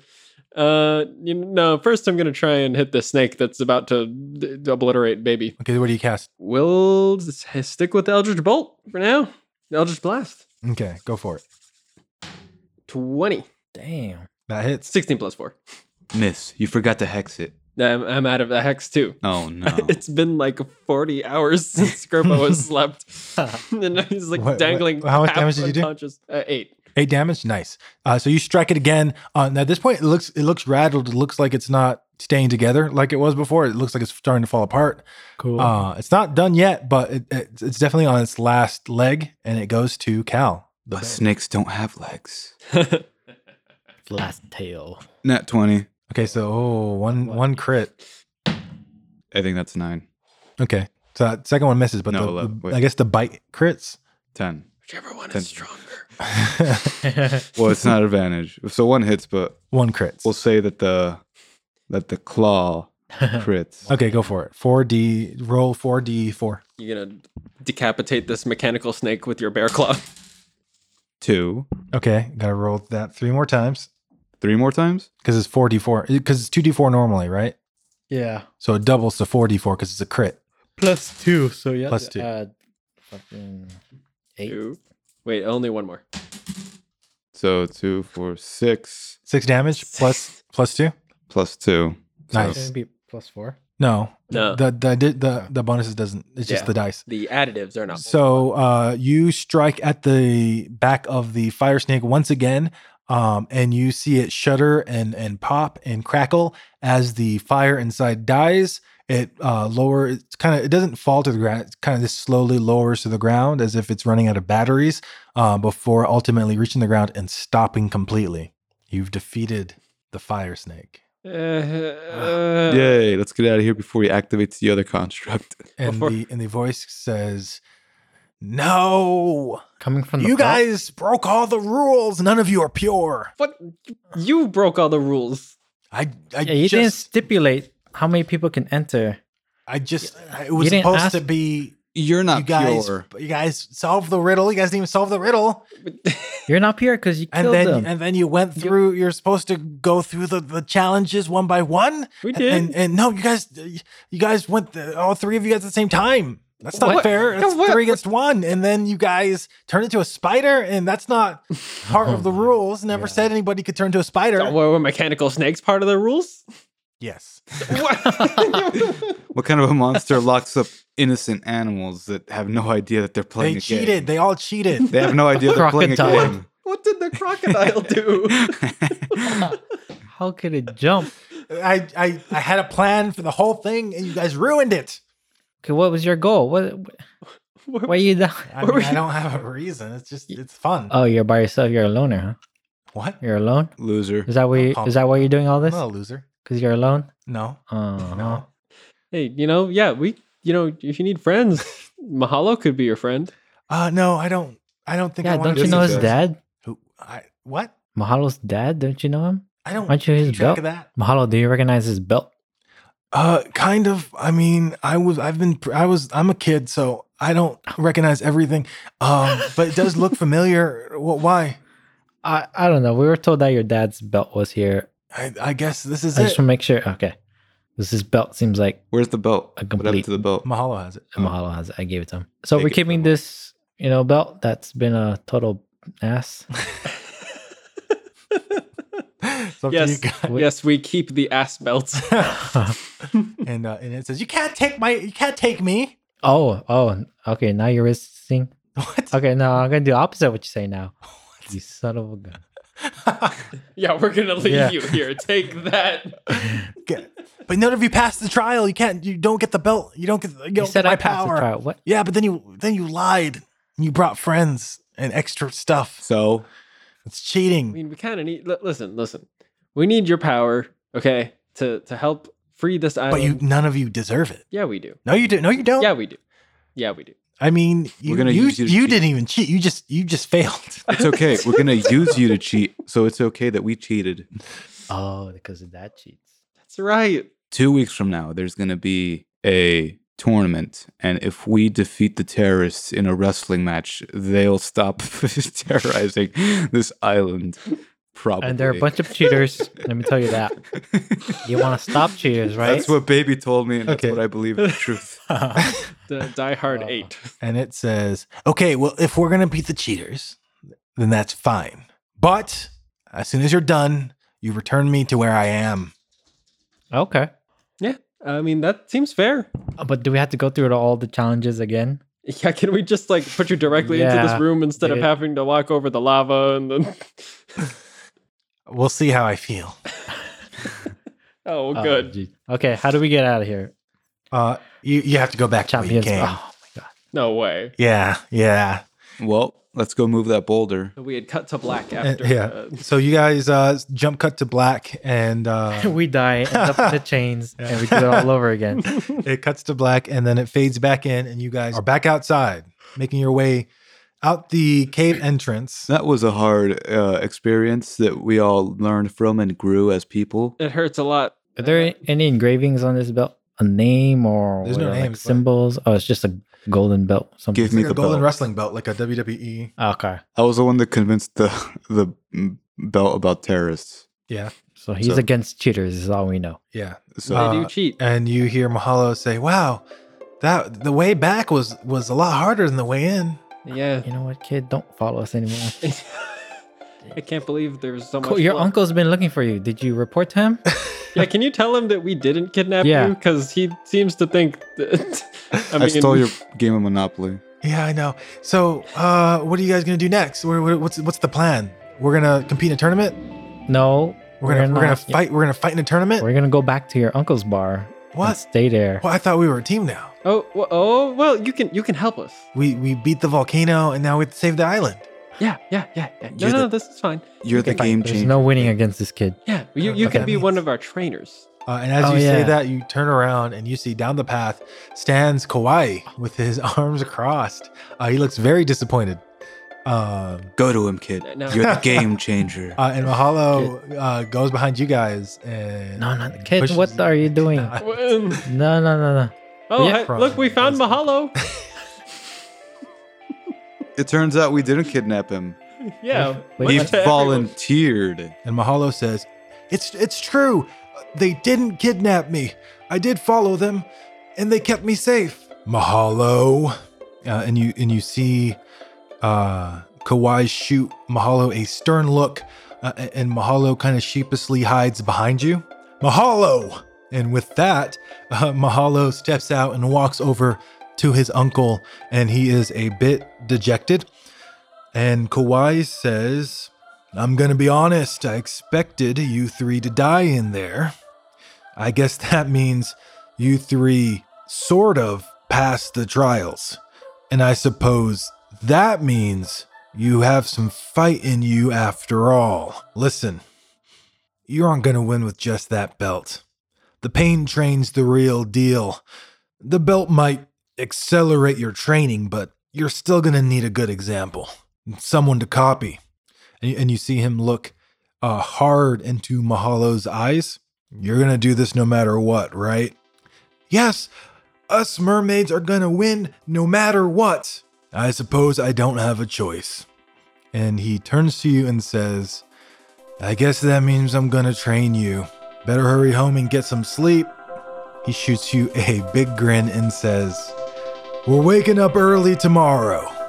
Uh, you know, first I'm gonna try and hit the snake that's about to d- d- obliterate baby. Okay, what do you cast? We'll s- stick with Eldritch Bolt for now. Eldritch Blast. Okay, go for it. 20. Damn. That hits. 16 plus 4. Miss, you forgot to hex it. I'm, I'm out of the hex too. Oh no. It's been like 40 hours since Skirbo has slept. and now he's like What- what- dangling. how much half damage did you do? unconscious. Uh, eight. Eight damage, nice. Uh, so you strike it again. Uh, now at this point, it looks it looks rattled. It looks like it's not staying together like it was before. It looks like it's starting to fall apart. Cool. Uh, it's not done yet, but it, it's it's definitely on its last leg, and it goes to Cal. The But snakes don't have legs. Last tail. Nat 20. okay, so oh, one one crit. I think that's nine. Okay, so that second one misses, but No, the- eleven, the- wait. I guess the bite crits. Ten. Whichever one Ten. is stronger. Well, it's not advantage. So one hits, but one crits. we'll say that the that the claw crits. Okay, go for it. Four D roll four D four. You're gonna decapitate this mechanical snake with your bear claw. Two. Okay, gotta roll that three more times Three more times? because it's four D four because it's two D four normally, right? yeah. So it doubles to four D four because it's a crit. Plus two. So yeah. Plus two. Add fucking eight. Two. Wait, only one more. So two, four, six, Six damage plus plus two. plus two. So Nice. Shouldn't it be plus four. No, No. the the the the, the bonuses doesn't. It's just Yeah. the dice. The additives are not. So uh, you strike at the back of the fire snake once again, um, and you see it shudder and and pop and crackle as the fire inside dies. It uh, lower. It's kind of. It doesn't fall to the ground. It kind of just slowly lowers to the ground as if it's running out of batteries uh, before ultimately reaching the ground and stopping completely. You've defeated the fire snake. Uh, uh, Yay, let's get out of here before he activates the other construct. And Before- the and the voice says, "No." Coming from the You front? guys broke all the rules. None of you are pure. What? You broke all the rules. I, I Yeah, you didn't just, stipulate how many people can enter. I just, I- it was You didn't supposed ask- to be You're not you guys. pure. You guys solved the riddle. You guys didn't even solve the riddle, You're not pure because you and killed then them. and then you went through. You're supposed to go through the, the challenges one by one. We And- did. and, and no, you guys, you guys went the, all three of you guys at the same time. That's not What? fair. That's What? three against one, and then you guys turned into a spider, and that's not part of the rules. Never said anybody could turn into a spider. Oh, were, were mechanical snakes part of the rules? Yes. What? What kind of a monster locks up innocent animals that have no idea that they're playing They a cheated. game? They all cheated. They have no idea they're playing a Crocodile. game. what did the crocodile do? how could it jump? I, I I had a plan for the whole thing, and you guys ruined it. Okay, what was your goal? What? Why you down? I, mean, I don't have a reason. It's just it's fun. Uh, Oh, you're by yourself. You're a loner, huh? what? You're alone. Loser. Is that why? You, is that why you're doing all I'm this? not a loser. Because you're alone. No, Oh no. hey, you know, yeah, we, you know, if you need friends, Mahalo could be your friend. Uh, no, I don't. I don't think. I Yeah, wanna don't you be know a his success. loser. dad? Who? I what? Mahalo's dad. Don't you know him? I don't. Aren't you his keep track belt? of that? Mahalo, do you recognize his belt? Uh, kind of. I mean, I was. I've been. I was. I'm a kid, so I don't recognize everything. Um, but it does look familiar. Wh- Why? I, I don't know. We were told that your dad's belt was here. I, I guess this is I it. just want to make sure. Okay. Because his belt seems like Where's the belt? A What happened complete- to the belt? Mahalo has it. Mahalo has. it. I gave it to him. So Take we're it, keeping Mahalo. this, you know, belt that's been a total ass. It's up to Yes. you guys. yes, we keep the ass belts. and uh, and it says you can't take my you can't take me. oh, oh, okay. Now you're resisting. What? Okay, no, I'm gonna do opposite what you say now. You son of a gun. yeah, we're gonna leave Yeah. you here. Take that. Get- but none of you passed the trial. You can't. You don't get the belt. You don't get. You, You don't said get my I passed power. the trial. What? Yeah, but then you then you lied. And you brought friends and extra stuff. So It's I cheating. mean, we kind of need. Li- listen, listen. We need your power, okay, to to help free this island. But you none of you deserve it. yeah, we do. No, you do. No, you don't. Yeah, we do. Yeah, we do. I mean, you We're gonna you, use you you, to cheat. didn't even cheat. You just you just failed. it's okay. We're gonna use you to cheat. So it's okay that we cheated. Oh, because of that cheats. That's right. Two weeks from now, there's gonna be a tournament, and if we defeat the terrorists in a wrestling match, they'll stop terrorizing this island. Probably. And there are a bunch of cheaters. let me tell you that. You want to stop cheaters, right? That's what baby told me, and Okay. that's what I believe is the truth. The Die Hard Wow. Eight. and it says, okay, well, if we're gonna beat the cheaters, then that's fine. But as soon as you're done, you return me to where I am. okay. Yeah, I mean that seems fair. Uh, But do we have to go through all the challenges again? Yeah, can we just like put you directly into Yeah, this room instead of dude. having to walk over the lava and then? We'll see how I feel. Oh, Oh, good. geez. Okay, how do we get out of here? Uh, you you have to go back to where you Champions. came. Oh my god. no way. Yeah, yeah. Well, let's go move that boulder. We had cut to black Eh, Uh, after. yeah. uh, so you guys uh, jump cut to black, and uh, we die, end up in the chains, and we do it all over again. it cuts to black, and then it fades back in, and you guys are back outside, making your way out the cave entrance. That was a hard uh, experience that we all learned from and grew as people. it hurts a lot. Are there any engravings on this belt? A name or There's no what are, like, names, but- symbols? Oh, it's just a golden belt. Something. Give It's me like a the golden belt. wrestling belt, like a E. WWE. Okay. I was the one that convinced the the mm, belt about terrorists. Yeah, So he's So- against cheaters, is all we know. yeah. So Uh, they do cheat. eh. And you hear Mahalo say, "Wow, that the way back was was a lot harder than the way in." Yeah. You know what, kid? Don't follow us anymore. I can't believe there's so much. Cool, your blood. uncle's been looking for you. Did you report to him? Yeah, can you tell him that we didn't kidnap Yeah. you? Because he seems to think. That, I I, mean, stole your game of Monopoly. Yeah, I know. So, uh, what are you guys gonna do next? What- what- What's what's the plan? We're gonna compete in a tournament. No. We're gonna we're, gonna not. fight. We're gonna fight in a tournament. We're gonna go back to your uncle's bar. and What? stay there. Well, I thought we were a team now. Oh, well, oh, well, you can you can help us. We we beat the volcano and now we have to save the island. Yeah, yeah, yeah. yeah. No, You're no, the- this is fine. You're the game There's changer. no winning against this kid. Yeah, you, Uh, you what can that be one means. of our trainers. Uh, and as Oh, you say yeah. that, you turn around and you see down the path stands Kawaii with his arms crossed. Uh, he looks very disappointed. Um, Go to him, kid. No. You're the game changer. uh, and Mahalo uh, goes behind you guys and No, no, kid. pushes- What are you doing? Uh, Um, No, no, no, no. oh, Yeah. hey, look, we found Mahalo. it turns out we didn't kidnap him. Yeah, Wait, what? He went to everyone. volunteered. And Mahalo says, "It's it's true. They didn't kidnap me. I did follow them, and they kept me safe." Mahalo, uh, and you and you see uh, Kawhi shoot Mahalo a stern look, uh, a- and Mahalo kind of sheepishly hides behind you. Mahalo, and with that, uh, Mahalo steps out and walks over to his uncle, and he is a bit dejected. And Kawhi says, I'm gonna be honest, I expected you three to die in there. I guess that means you three sort of passed the trials. And I suppose that means you have some fight in you after all. Listen, you aren't gonna win with just that belt. The pain train's the real deal. The belt might accelerate your training, but you're still gonna need a good example, someone to copy and you, and you see him look uh, hard into Mahalo's eyes. You're gonna do this no matter what, right? Yes, us mermaids are gonna win no matter what. I suppose I don't have a choice. and he turns to you and says, I guess that means I'm gonna train you. Better hurry home and get some sleep. He shoots you a big grin and says, We're waking up early tomorrow.